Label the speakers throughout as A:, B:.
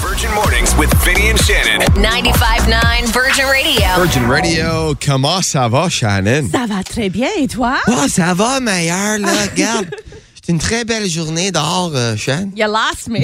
A: Virgin Mornings with Vinny and Shannon.
B: 95.9 Virgin Radio.
C: Virgin Radio, comment ça va, Shannon?
D: Ça va très bien, et toi?
E: Oh, ça va, meilleur, là. Regarde. C'est une très belle journée dehors, euh, Shane.
D: You lost me.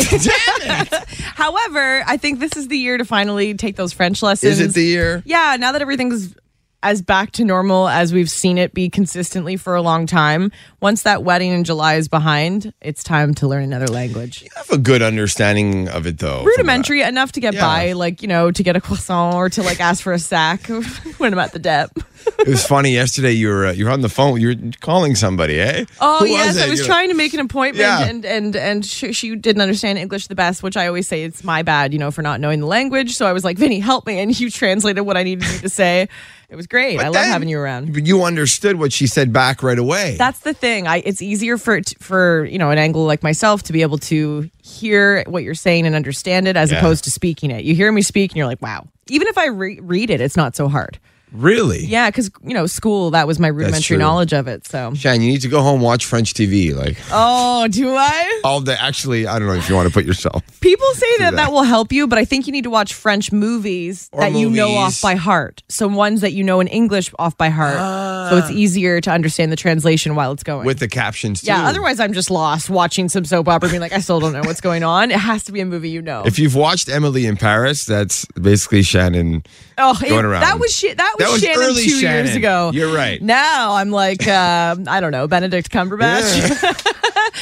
D: However, I think this is the year to finally take those French lessons.
C: Is it the year?
D: yeah, now that everything's as back to normal as we've seen it be consistently for a long time, once that wedding in July is behind, it's time to learn another language.
C: I have a good understanding of it, though.
D: Rudimentary enough to get
C: Yeah.
D: by, like, you know, to get a croissant or to like ask for a sack when I'm at the dep.
C: It was funny yesterday. You were uh, you were on the phone. You were calling somebody, eh?
D: Oh
C: Who
D: yes, I
C: it?
D: was
C: You-
D: trying to make an appointment,
C: Yeah.
D: and and and she, she didn't understand English the best, which I always say it's my bad, you know, for not knowing the language. So I was like, "Vinny, help me," and you translated what I needed you to say. It was great. I love
C: Then
D: having you around.
C: You understood what she said back right away.
D: That's the thing. I it's easier for it- for you know an angle like myself to be able to hear what you're saying and understand it as
C: Yeah.
D: opposed to speaking it. You hear me speak, and you're like, "Wow." Even if I re- read it, it's not so hard.
C: really?
D: Yeah, because you know, school that was my rudimentary
C: true.
D: knowledge of it. So,
C: Shan, you need to go home watch French TV, like
D: oh, do I?
C: all day. Actually, I don't know if you want to put yourself.
D: People say that,
C: that.
D: that will help you, but I think you need to watch French movies
C: Or
D: that you know
C: movies.
D: off by heart. So ones that you know in English off by heart. so it's easier to understand the translation while it's going.
C: Ah. With the captions too.
D: yeah, otherwise I'm just lost watching some soap opera being like, I still don't know what's going on. It has to be a movie you know.
C: If you've watched Emily in Paris, that's basically Shannon.
D: oh,
C: going around.
D: That was shit. That was,
C: That was
D: Shannon
C: early
D: two years
C: Shannon.
D: ago.
C: You're right.
D: Now I'm like, um, I don't know, Benedict Cumberbatch,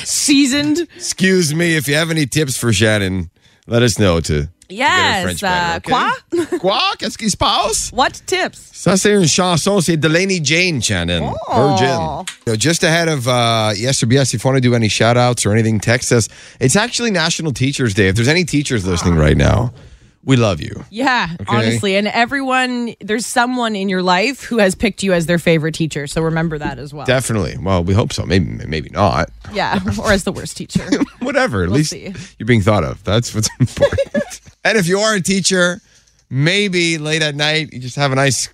D: seasoned.
C: Excuse me. If you have any tips for Shannon, let us know to.
D: Yes. Uh, Qua?
C: Quoi? Quoi? Qu'est-ce qui se passe?
D: What tips?
C: Ça, c'est une chanson. C'est Delaney Jane, Shannon.
D: Oh.
C: Virgin. You know, just ahead of uh, yes or BS, if you want to do any shout outs or anything, text us. It's actually National Teachers Day. If there's any teachers listening right now, we love you.
D: Yeah, honestly. And everyone, there's someone in your life who has picked you as their favorite teacher. So remember that as well.
C: Definitely. Well, we hope so. Maybe, maybe not.
D: yeah, or as the worst teacher.
C: Whatever. At least
D: see.
C: you're being thought of. That's what's important. and if you are a teacher, maybe late at night, you just have a nice,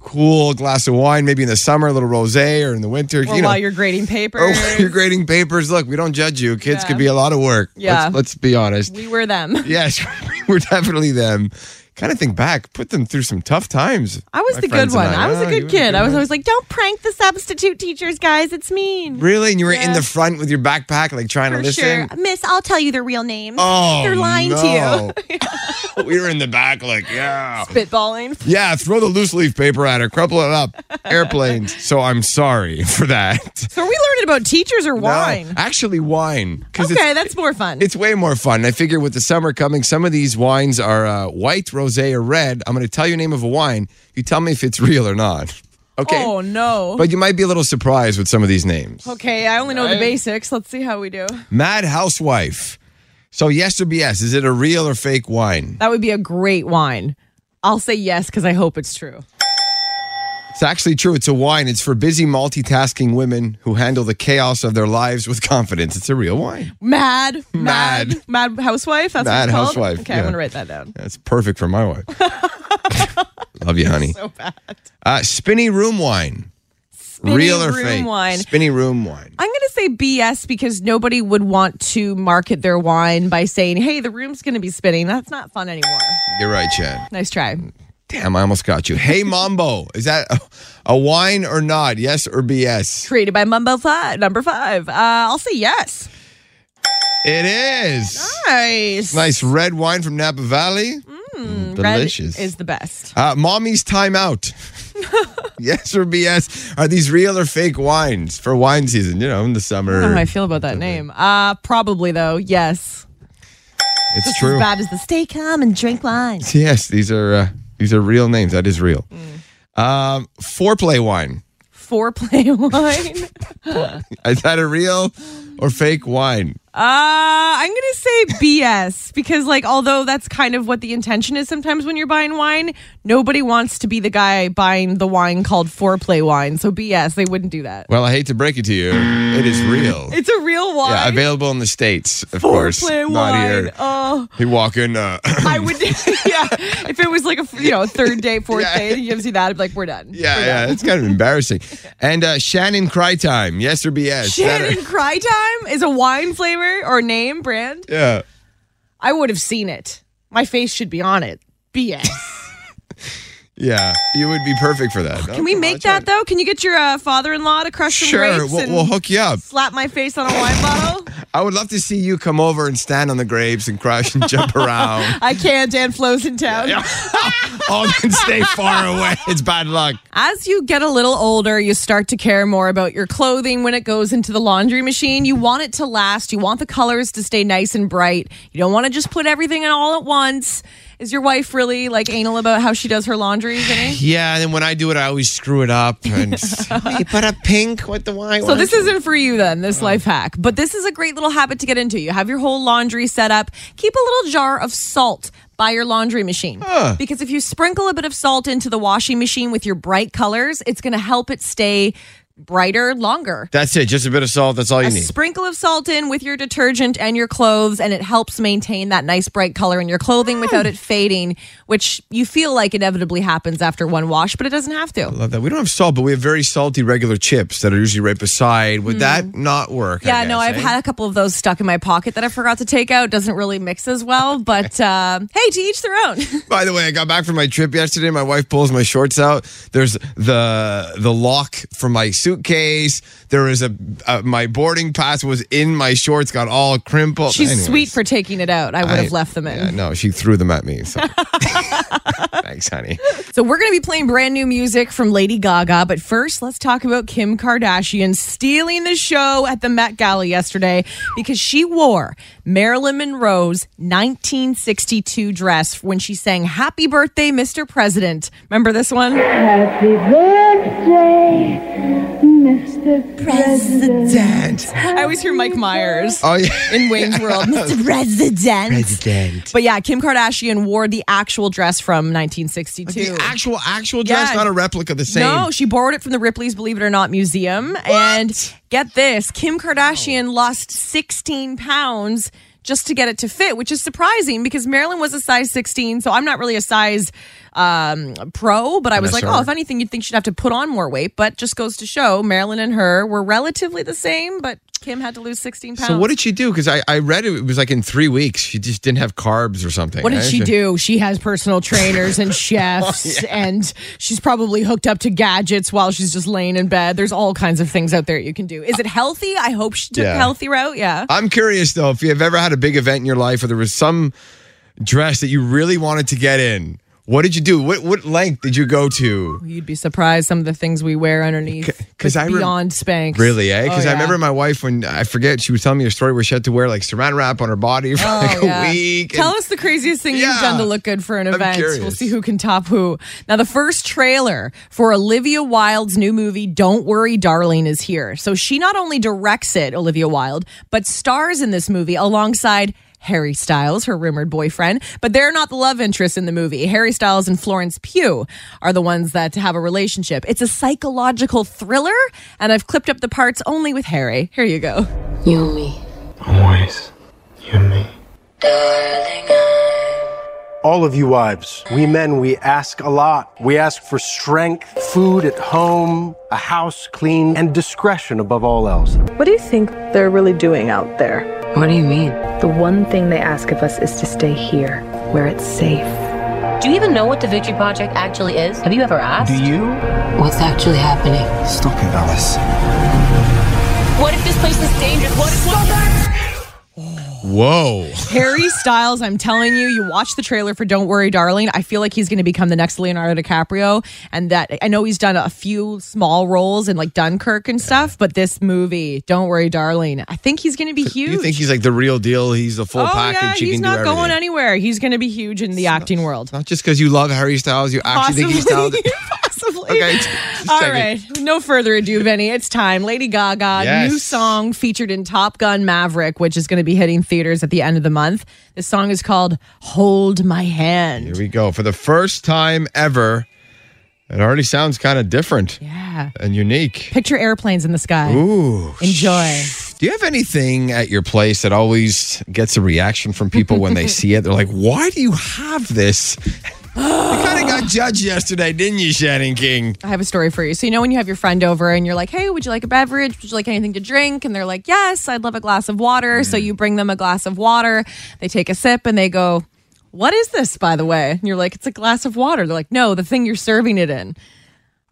C: cool glass of wine, maybe in the summer, a little rose, or in the winter.
D: Or
C: you know.
D: while you're grading
C: Or
D: papers.
C: when you're grading papers. Look, we don't judge you. Kids
D: Yeah.
C: could be a lot of work.
D: Yeah.
C: Let's, let's be honest.
D: we were them.
C: Yes, we're definitely them. Kind of think back, put them through some tough times.
D: I was
C: my
D: the good
C: friends
D: one.
C: and
D: I was
C: Oh,
D: a
C: you
D: good
C: were the
D: kid. I was
C: one.
D: always like, don't prank the substitute teachers, guys. It's mean.
C: Really? And you were in
D: Yeah.
C: the front with your backpack, like trying to
D: For sure.
C: listen?
D: Miss, I'll tell you their real names.
C: Oh,
D: They're lying to you.
C: you. we were in the back, like, yeah.
D: Spitballing.
C: Yeah, throw the loose leaf paper at her, crumple it up. Airplanes. So I'm sorry for that.
D: So are we learning about teachers or wine?
C: No, actually, wine. 'Cause it's-
D: Okay, that's more fun.
C: It's way more fun. I figure with the summer coming, some of these wines are uh, white, rosé, or red. I'm going to tell you the name of a wine. You tell me if it's real or not. Okay.
D: Oh, no.
C: But you might be a little surprised with some of these names.
D: okay, I only know the basics. Let's see how we do.
C: Mad Housewife. So yes or BS? Is it a real or fake wine?
D: That would be a great wine. I'll say yes because I hope it's true.
C: It's actually true. It's a wine. It's for busy multitasking women who handle the chaos of their lives with confidence. It's a real wine.
D: Mad,
C: Mad.
D: mad, mad housewife. That's
C: Mad
D: what it's called?
C: housewife,
D: Okay,
C: yeah.
D: I'm gonna write that down.
C: That's perfect for my wife. Love you, honey.
D: So bad.
C: Uh, spinny room wine.
D: Spinny
C: real or
D: room
C: fake?
D: wine.
C: Spinny room wine.
D: I'm gonna say BS because nobody would want to market their wine by saying, "Hey, the room's gonna be spinning." That's not fun anymore.
C: You're right, Chad.
D: Nice try.
C: Damn, I almost got you. Hey, Mambo, is that a, a wine or not? Yes or BS?
D: Created by Mumbo Five, number five. Uh, I'll say yes.
C: It is.
D: Nice.
C: Nice red wine from Napa Valley. Mm,
D: Red
C: delicious.
D: is the best.
C: uh, mommy's time out. yes or BS? Are these real or fake wines for wine season? You know, in the summer.
D: I don't know how Oh, I feel about that name. Uh, probably though. Yes.
C: It's
D: Just
C: true.
D: as bad as the stay calm and drink wine.
C: Yes, these are uh, these are real names. That is real.
D: Mm.
C: Um, foreplay wine.
D: Foreplay wine.
C: Is that a real or fake wine?
D: Uh, I'm gonna say BS because, like, although that's kind of what the intention is sometimes when you're buying wine, nobody wants to be the guy buying the wine called foreplay wine. So BS, they wouldn't do that.
C: Well, I hate to break it to you. It is real.
D: It's a real wine.
C: Yeah, available in the states, of course.
D: Foreplay
C: Not
D: wine.
C: here.
D: Oh,
C: You walk in. Uh,
D: I would. yeah, if it was like a you know third day, fourth
C: Yeah.
D: day, he gives you that. I'd be like, we're done.
C: yeah, yeah, it's kind of embarrassing. And uh, Shannon Cry Time, yes or BS? That-
D: Shannon Cry Time is a wine flavor or name brand.
C: yeah,
D: I would have seen it. My face should be on it. BS.
C: Yeah, you would be perfect for that.
D: Can we make that though? Can you get your uh, father-in-law to crush some
C: Sure,
D: grapes
C: we'll,
D: and
C: we'll hook you up.
D: slap my face on a wine bottle?
C: I would love to see you come over and stand on the grapes and crush and jump around.
D: I can't. Dan Flo's in town.
C: All can stay far away. It's bad luck.
D: As you get a little older, you start to care more about your clothing when it goes into the laundry machine. You want it to last. You want the colors to stay nice and bright. You don't want to just put everything in all at once. Is your wife really like anal about how she does her laundry? Vinny?
E: Yeah, and then when I do it, I always screw it up. And you put a pink with the wine.
D: So this isn't for you then, this life hack. But this is a great little habit to get into. You have your whole laundry set up. Keep a little jar of salt by your laundry machine. Because if you sprinkle a bit of salt into the washing machine with your bright colors, it's going to help it stay brighter longer.
C: That's it. Just a bit of salt. That's all you
D: A
C: need.
D: sprinkle of salt in with your detergent and your clothes, and it helps maintain that nice bright color in your clothing without it fading, which you feel like inevitably happens after one wash, but it doesn't have to.
C: Love that. We don't have salt, but we have very salty regular chips that are usually right beside. Would that not work? I
D: Hmm. Yeah, no,
C: guess,
D: I've
C: eh?
D: had a couple of those stuck in my pocket that I forgot to take out. Doesn't really mix as well, but um, hey, to each their own.
C: By the way, I got back from my trip yesterday. My wife pulls my shorts out. There's the the lock from my suitcase. There is a uh, my boarding pass was in my shorts. Got all crimpled.
D: She's
C: Anyways,
D: sweet for taking it out. I would
C: I-
D: have left them in.
C: Yeah, no, she threw them at me. So. Thanks, honey.
D: So we're going to be playing brand new music from Lady Gaga, but first let's talk about Kim Kardashian stealing the show at the Met Gala yesterday because she wore Marilyn Monroe's 1962 dress when she sang Happy Birthday Mr. President. Remember this one?
F: Happy birthday, Mr. President.
D: I always hear Mike Myers.
C: Oh yeah.
D: in Wayne's World, Mr. President.
E: President.
D: But yeah, Kim Kardashian wore the actual dress from 1962.
C: The actual actual dress,
D: Yeah.
C: not a replica. The same.
D: No, she borrowed it from the Ripley's Believe It or Not Museum. And get this Kim Kardashian
C: Oh.
D: lost 16 pounds just to get it to fit, which is surprising because Marilyn was a size 16. So I'm not really a size um, pro, but I was like,
C: Connoisseur.
D: oh, if anything, you'd think she'd have to put on more weight. But just goes to show Marilyn and her were relatively the same, but Kim had to lose 16 pounds.
C: So what did she do? Because I, I read it, it was like in three weeks. She just didn't have carbs or something.
D: What did
C: eh?
D: she do? She has personal trainers and
C: Oh,
D: chefs, and she's probably hooked up to gadgets while she's just laying in bed. There's all kinds of things out there you can do. Is it healthy? I hope she took
C: Yeah.
D: the healthy route. Yeah.
C: I'm curious though, if you've ever had a big event in your life or there was some dress that you really wanted to get in. What did you do? What what length did you go to?
D: You'd be surprised some of the things we wear underneath.
C: 'cause
D: Because
C: I rem-
D: beyond Spanx,
C: Really, eh? Because
D: Oh,
C: I
D: yeah.
C: remember my wife when I forget she was telling me a story where she had to wear like saran wrap on her body for like a
D: Oh, Yeah.
C: week.
D: Tell
C: and-
D: us the craziest thing
C: Yeah.
D: you've done to look good for an event. We'll
C: curious.
D: see who can top who. Now, the first trailer for Olivia Wilde's new movie, Don't Worry, Darling, is here. So she not only directs it, Olivia Wilde, but stars in this movie alongside. Harry Styles, her rumored boyfriend, but they're not the love interests in the movie. Harry Styles and Florence Pugh are the ones that have a relationship. It's a psychological thriller, and I've clipped up the parts only with Harry. Here you go.
G: You and me.
H: Always. You and me.
I: All of you wives, we men, we ask a lot. We ask for strength, food at home, a house clean, and discretion above all else.
J: What do you think they're really doing out there?
G: What do you mean?
J: The one thing they ask of us is to stay here, where it's safe.
K: Do you even know what the Victory Project actually is? Have you ever asked?
I: You?
G: What's actually happening?
I: Stop it, Alice.
K: What if this place is dangerous? What if what?
C: Whoa.
D: Harry Styles, I'm telling you, you watch the trailer for Don't Worry, Darling. I feel like he's going to become the next Leonardo DiCaprio. And that I know he's done a few small roles in like Dunkirk and stuff, but this movie, Don't Worry, Darling, I think he's going to be huge.
C: You think he's like the real deal? He's the full
D: oh,
C: package.
D: yeah,
C: he
D: he's
C: can do
D: not
C: everything.
D: going anywhere. He's going to be huge in the acting world.
C: Not just because you love Harry Styles, you actually think he's talented.
D: Possibly.
C: Okay, just- just
D: All
C: checking.
D: right. No further ado, Benny. It's time. Lady Gaga,
C: Yes.
D: new song featured in Top Gun Maverick, which is going to be hitting theaters at the end of the month. This song is called Hold My
C: Here
D: Hand.
C: we go. For the first time ever, it already sounds kind of different
D: Yeah.
C: and unique.
D: Picture airplanes in the sky.
C: Ooh.
D: Enjoy.
C: Do you have anything at your place that always gets a reaction from people when they see it? They're like, why do you have this? you kind of got judged yesterday, didn't you, Shannon King?
D: I have a story for you. So, you know, when you have your friend over and you're like, hey, would you like a beverage? Would you like anything to drink? And they're like, yes, I'd love a glass of water. So you bring them a glass of water. They take a sip and they go, what is this, by the way? And you're like, it's a glass of water. They're like, no, the thing you're serving it in.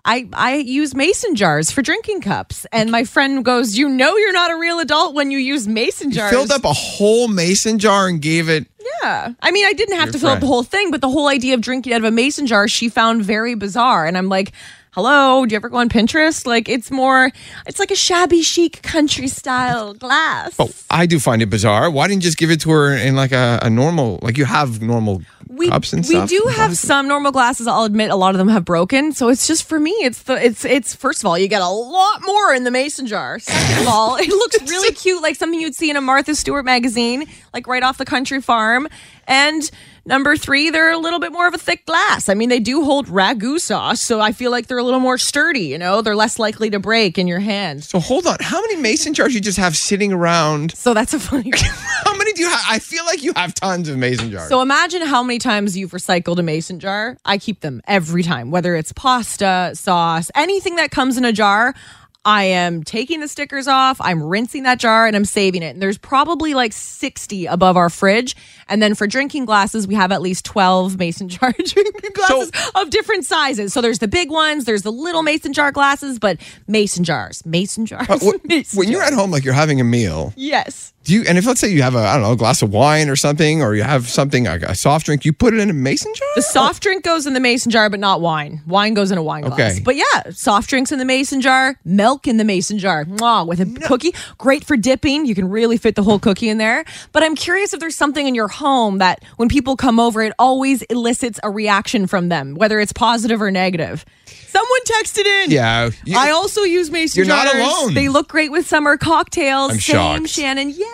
D: I, I use mason jars for drinking cups. And my friend goes, You know, you're not a real adult when you use mason jars.
C: Filled up a whole mason jar and gave it.
D: Yeah. I mean, I didn't have
C: Your
D: to fill up the
C: friend.
D: whole thing, but the whole idea of drinking out of a mason jar, she found very bizarre. And I'm like, hello, do you ever go on Pinterest? Like, it's more, it's like a shabby chic country style glass.
C: But Oh, I do find it bizarre. Why didn't you just give it to her in like a, a normal, like you have normal
D: we,
C: cups and
D: we
C: stuff?
D: do have some normal glasses. I'll admit a lot of them have broken. So it's just for me, it's the, it's, it's, first of all, you get a lot more in the mason jar. Second of all, it looks really cute, like something you'd see in a Martha Stewart magazine, like right off the country farm. And, Number three, they're a little bit more of a thick glass. I mean, they do hold ragu sauce, so I feel like they're a little more sturdy, you know? They're less likely to break in your hand.
C: So hold on. How many mason jars you just have sitting around?
D: So that's a funny.
C: How many do you have? I feel like you have tons of mason jars.
D: so imagine how many times you've recycled a mason jar. I keep them every time, whether it's pasta, sauce, anything that comes in a jar. I am taking the stickers off, I'm rinsing that jar, and I'm saving it. And there's probably like 60 above our fridge. And then for drinking glasses, we have at least 12 mason jar drinking glasses of different sizes. So there's the big ones, there's the little mason jar glasses, but mason jars, mason jars.
C: But Uh, wh-
D: mason
C: when you're
D: jars.
C: at home, like you're having a meal,
D: Yes.
C: do you? And if let's say you have a, I don't know, a glass of wine or something, or you have something like a soft drink, you put it in a mason jar.
D: The soft drink goes in the mason jar, but not wine. Wine goes in a wine glass.
C: Okay.
D: But yeah, soft drinks in the mason jar, milk in the mason jar, mwah, with a cookie. Great for dipping. You can really fit the whole cookie in there. But I'm curious if there's something in your home that when people come over, it always elicits a reaction from them, whether it's positive or negative. Someone texted in.
C: Yeah, you-
D: I also use mason
C: You're not
D: jars.
C: alone.
D: They look great with summer cocktails.
C: I'm
D: Same,
C: shocked.
D: Shannon. Yes.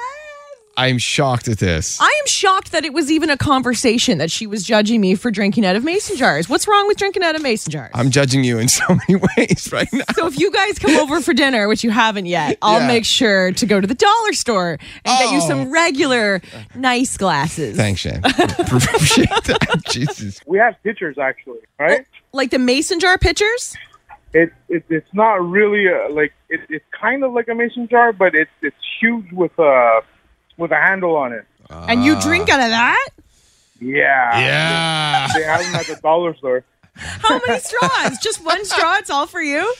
C: I'm shocked at this.
D: I am shocked that it was even a conversation that she was judging me for drinking out of mason jars. What's wrong with drinking out of mason jars?
C: I'm judging you in so many ways right now.
D: so if you guys come over for dinner, which you haven't yet, I'll
C: Yeah.
D: make sure to go to the dollar store and get you
C: Oh.
D: some regular nice glasses.
C: Thanks, Shan. Appreciate that. Jesus.
L: We have pitchers actually, right?
D: Like the mason jar pitchers?
L: It, it it's not really a, like it, it's kind of like a mason jar, but it's it's huge with a with a handle on it.
D: and you drink out of that?
L: Yeah.
C: Yeah.
L: They have them at the dollar store.
D: How many straws? Just one straw, it's all for you?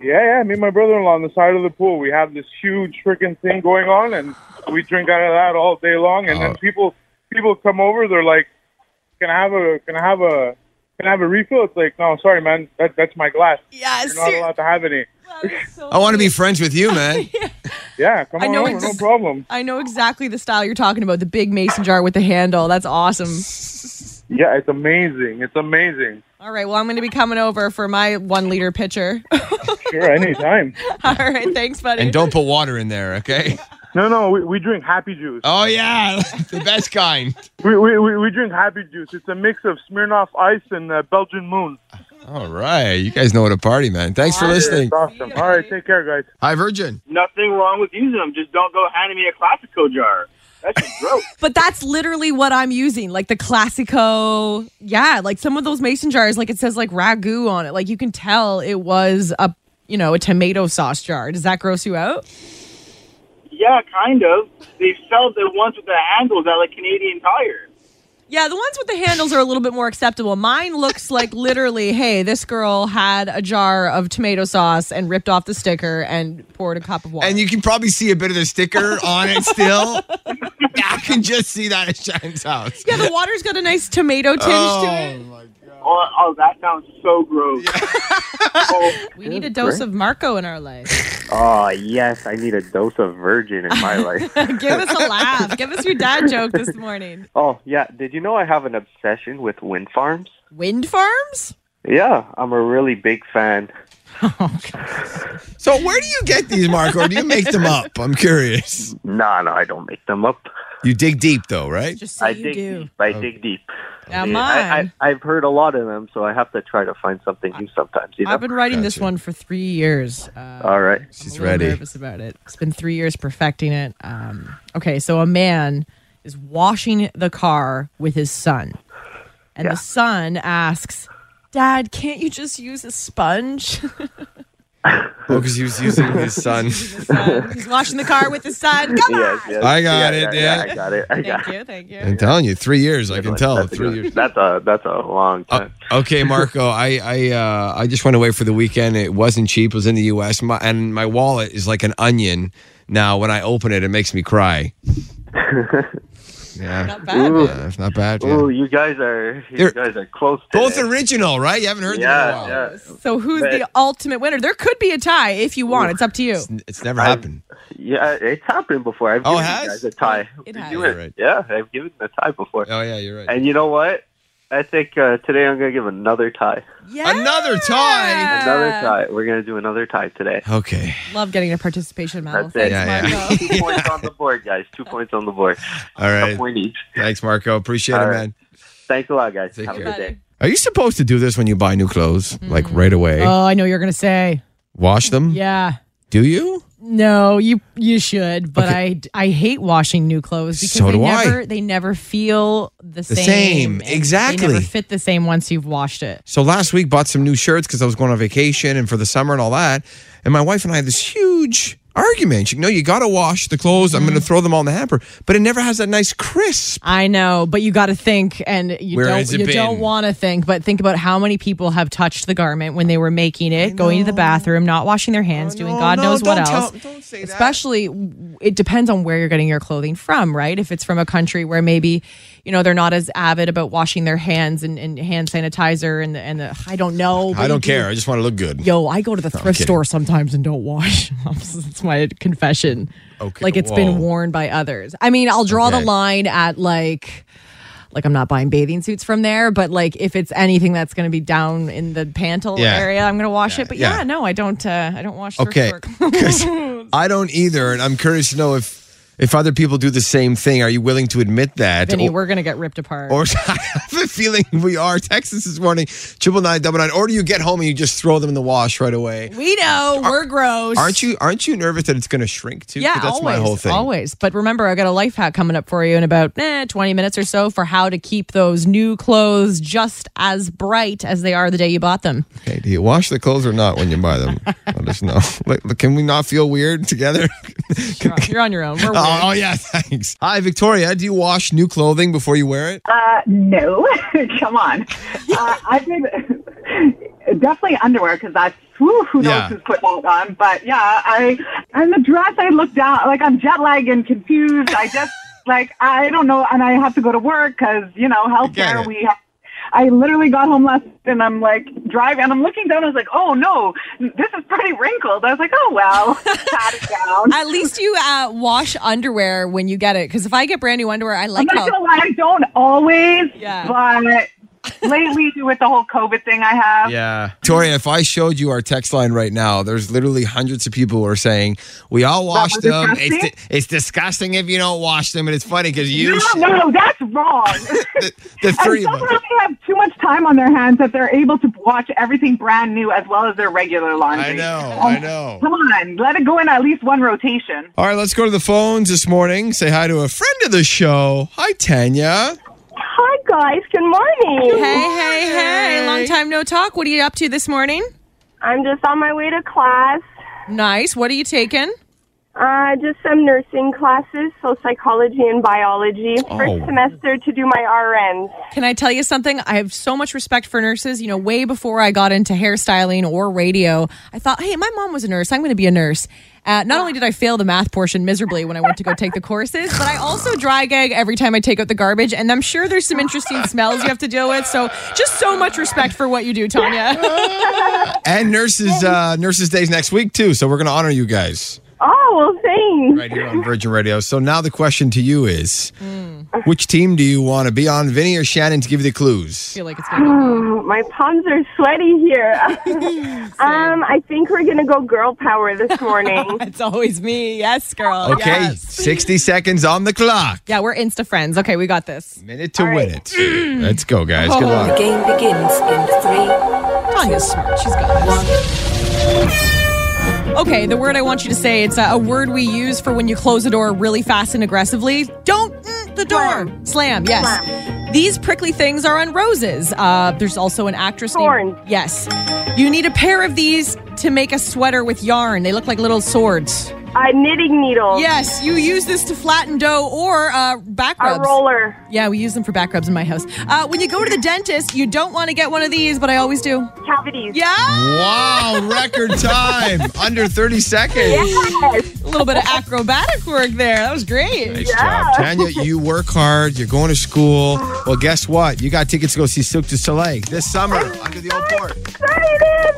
L: Yeah, yeah. Me and my brother-in-law on the side of the pool, we have this huge freaking thing going on, and we drink out of that all day long. And then people people come over, they're like, "Can I have a can I have a can I have a refill?" It's like, "No, sorry, man. That that's my glass.
D: Yeah,
L: You're not
D: ser-
L: allowed to have any."
C: I want to be friends with you, man.
L: Yeah, come
D: I
L: on
D: know
L: over,
D: it's-
L: no problem.
D: I know exactly the style you're talking about, the big mason jar with the handle. That's awesome.
L: Yeah, it's amazing. It's amazing.
D: All right, well, I'm going to be coming over for my one liter pitcher.
L: Sure, anytime.
D: All right, thanks, buddy.
C: And don't put water in there, okay?
L: No, no, we, we drink happy juice.
C: Oh yeah, the best kind.
L: We, we, we, we drink happy juice. It's a mix of Smirnoff Ice and uh, Belgian Moon.
C: All right, you guys know what a party, man. Thanks for listening.
L: It's awesome. All right, take care, guys.
C: Hi, Virgin.
M: Nothing wrong with using them. Just don't go handing me a classico jar. That's just gross.
D: But that's literally what I'm using, like the Classico. Yeah, like some of those mason jars, like it says like ragu on it. Like you can tell it was a, you know, a tomato sauce jar. Does that gross you out?
M: yeah, kind of. They sell the ones with the handles at like Canadian Tire.
D: Yeah, the ones with the handles are a little bit more acceptable. Mine looks like literally, hey, this girl had a jar of tomato sauce and ripped off the sticker and poured a cup of water.
C: And you can probably see a bit of the sticker on it still. I can just see that at Shannon's house.
D: yeah, the water's got a nice tomato tinge to it.
M: Oh, oh, that sounds so gross. oh.
D: We need a dose of Marco in our life.
N: Oh, yes, I need a dose of virgin in my life.
D: Give us a laugh. Give us your dad joke this morning.
N: Oh, yeah, did you know I have an obsession with wind farms?
D: Wind farms?
N: Yeah, I'm a really big fan.
C: So where do you get these, Marco? Do you make them up? I'm curious.
N: No, no, I don't make them up.
C: You dig deep though, right?
D: Just
N: I dig deep. I dig deep.
D: Yeah,
N: Yeah,
D: mine.
N: I, I, I've heard a lot of them, so I have to try to find something new sometimes. You know?
D: I've been writing this one for three years. Uh,
N: All right.
D: She's Nervous about it. It's been three years perfecting it. Um, okay, so a man is washing the car with his son, and the son asks, "Dad, can't you just use a sponge?"
C: Oh, because he was using his son.
D: He's washing the car with his son. Come on.
C: I got it. Yeah,
N: I got it. I got
D: it. Thank you.
C: I'm telling you, three years. I can tell.
N: That's a,
C: Three years. Uh,
N: good- that's a that's a long time.
C: Okay, Marco. I I uh, I just went away for the weekend. It wasn't cheap. It was in the U.S. My, and my wallet is like an onion. Now, when I open it, it makes me cry. yeah, not
N: bad. Ooh.
C: it's not bad. yeah.
N: Ooh, you guys are you
C: They're-
N: guys are close. To
C: Both
N: it.
C: original, right? You haven't heard that in a
N: yeah,
C: while.
N: yeah.
D: So who's the ultimate winner? There could be a tie if you want. It's up to you.
C: It's never happened.
N: Yeah, it's happened before. I've
C: Oh,
N: given
C: it has?
N: you guys a tie.
D: It
N: You've
D: has.
N: given- Yeah, I've given a tie before.
C: Oh yeah, you're right.
N: And you know what? I think uh, today I'm gonna give another tie.
C: Another tie.
N: Another
G: Uh.
N: tie. We're gonna do another tie today.
C: Okay.
D: Love getting a participation medal.
N: That's it.
D: Thanks,
C: Yeah, yeah.
D: Marco.
N: Two points on the board, guys. Two points on the board.
C: All
N: A
C: right.
N: point each.
C: Thanks, Marco. Appreciate
N: All
C: it,
N: right.
C: man.
N: Thanks a lot, guys.
C: Take
N: Have
C: care.
N: a good day.
C: Are you supposed to do this when you buy new clothes, like right away?
D: Oh, I know you're gonna say.
C: Wash them?
D: Mm. Yeah.
C: Do you?
D: No, you you should, but I I hate washing new clothes because
C: So
D: they
C: do I.
D: never they never feel the, same.
C: same,
D: and
C: exactly.
D: They never fit the same once you've washed it.
C: So last week bought some new shirts because I was going on vacation and for the summer and all that. And my wife and I had this huge argument. She, no, you got to wash the clothes. I'm
D: Mm-hmm.
C: going to throw them all in the hamper, but it never has that nice crisp.
D: I know, but you got to think, and you
C: Where
D: don't
C: has it
D: you don't
C: been?
D: want to think, but think about how many people have touched the garment when they were making it, going to the bathroom, not washing their hands, doing God
C: no,
D: knows what
C: don't tell-
D: else. don't say that. Especially, w- it depends on where you're getting your clothing from, right? If it's from a country where maybe you know they're not as avid about washing their hands and, and hand sanitizer, and the, and the, I don't know. but
C: I
D: you
C: don't
D: do-
C: care. I just want to look good.
D: Yo, I go to the thrift
C: kidding.
D: store sometimes and don't wash. That's my confession.
C: Okay,
D: Like it's
C: whoa.
D: been worn by others. I mean, I'll draw
C: Okay.
D: the line at like like I'm not buying bathing suits from there, but like if it's anything that's going to be down in the pantle
C: Yeah.
D: area, I'm going to wash it. But yeah,
C: yeah.
D: no, I don't uh I don't wash thrift
C: Okay.
D: store
C: I don't either. And I'm curious to know if if other people do the same thing. Are you willing to admit that?
D: Vinny,
C: Or-
D: we're going to get ripped apart.
C: Or I have a feeling we are. Text us this morning, triple nine double nine. Or do you get home and you just throw them in the wash right away?
D: we know, we're gross.
C: Aren't you aren't you nervous that it's going to shrink too? 'Cause
D: Yeah,
C: that's
D: always,
C: my whole thing.
D: always. But remember, I got a life hack coming up for you in about eh, 20 minutes or so for how to keep those new clothes just as bright as they are the day you bought them.
C: Okay, do you wash the clothes or not when you buy them? Let us know. Like, look, can we not feel weird together?
D: You're on- You're on your own. We're
C: oh,
D: weird.
C: oh, yeah, thanks. Hi, Victoria. Do you wash new clothing before you wear it?
O: Uh, no, come on. Uh, I've been definitely underwear because that's whew, who knows
C: Yeah.
O: who's put that on. But yeah, I and the dress I look down like I'm jet lagged and confused. I just like I don't know, and I have to go to work because you know
C: get
O: healthcare
C: it.
O: we. Have, I literally got home last night and I'm like driving and I'm looking down. I was like, oh no, this is pretty wrinkled. I was like, oh well, pat it down.
D: At least you uh, wash underwear when you get it. Because if I get brand new underwear, I like
O: I'm
D: how.
O: not gonna lie, I don't always,
D: Yeah.
O: but lately with the whole COVID thing I have,
C: Yeah. Victoria, if I showed you our text line right now, there's literally hundreds of people who are saying, we all wash
O: was
C: them. It's,
O: disgusting?
C: di- it's disgusting if you don't wash them. And it's funny because you,
O: No, no, no, that's wrong.
C: the, the
O: and
C: three of us.
O: some really have too much time on their hands that they're able to watch everything brand new as well as their regular laundry.
C: I know,
O: Um,
C: I know.
O: Come on, let it go in at least one rotation.
C: All right, let's go to the phones this morning. Say hi to a friend of the show. Hi, Tanya.
P: Hi guys, good morning.
D: Hey, hey, hey. Long time no talk. What are you up to this morning?
P: I'm just on my way to class.
D: Nice. What are you taking?
P: Uh, just some nursing classes, so psychology and biology. First
D: Oh.
P: semester to do my RNs.
D: Can I tell you something? I have so much respect for nurses. You know, way before I got into hairstyling or radio, I thought, hey, my mom was a nurse. I'm going to be a nurse. Uh, not only did I fail the math portion miserably when I went to go take the courses, but I also dry gag every time I take out the garbage. And I'm sure there's some interesting smells you have to deal with. So just so much respect for what you do, Tanya.
C: Oh. And Nurses uh, Nurses Day's next week, too. So we're going to honor you guys
P: Oh, well, thanks.
C: right here on Virgin Radio. So now the question to you is which team do you want to be on, Vinny or Shannon, to give you the clues?
D: feel like it's
P: my palms are sweaty here. um, I think we're gonna go girl power this morning.
D: it's always me. Yes, girl.
C: Okay,
D: Yes.
C: 60 seconds on the clock.
D: Yeah, we're Insta friends. Okay, we got this.
C: Minute to win it. Let's go, guys. Good
G: The
C: luck.
G: game begins in three.
D: Tanya's smart. She's got this. Okay, the word I want you to say, it's a, a word we use for when you close a door really fast and aggressively. Don't mm, the door. Slam, yes. These prickly things are on roses. Uh, there's also an actress Thorns. named. Yes. You need a pair of these to make a sweater with yarn. They look like little swords.
P: Uh, knitting needles.
D: Yes, you use this to flatten dough or uh, back
P: A
D: rubs.
P: roller.
D: Yeah, we use them for back rubs in my house. Uh, when you go to the dentist, you don't want to get one of these, but I always do.
P: Cavities.
D: Yeah.
C: Wow, record time. Under 30 seconds.
D: A little bit of acrobatic work there. That was great.
C: Nice job. Tanya, you work hard. You're going to school. Well, guess what? You got tickets to go see Silk du Soleil this summer under the old port.
P: Excited.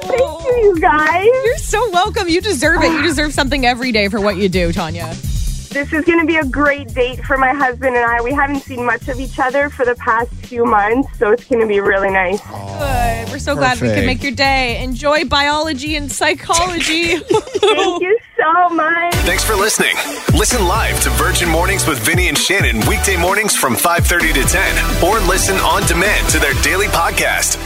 P: Thank you, you guys.
D: Oh. You're so welcome. You deserve it. You deserve something every day for what you do, Tanya.
P: This is going to be a great date for my husband and I. We haven't seen much of each other for the past few months, so it's going to be really nice.
D: Good. We're so glad we could
P: perfect.
D: make your day. Enjoy biology and psychology.
P: Thank you so much.
A: Thanks for listening. Listen live to Virgin Mornings with Vinny and Shannon weekday mornings from 5:30 to 10 or listen on demand to their daily podcast.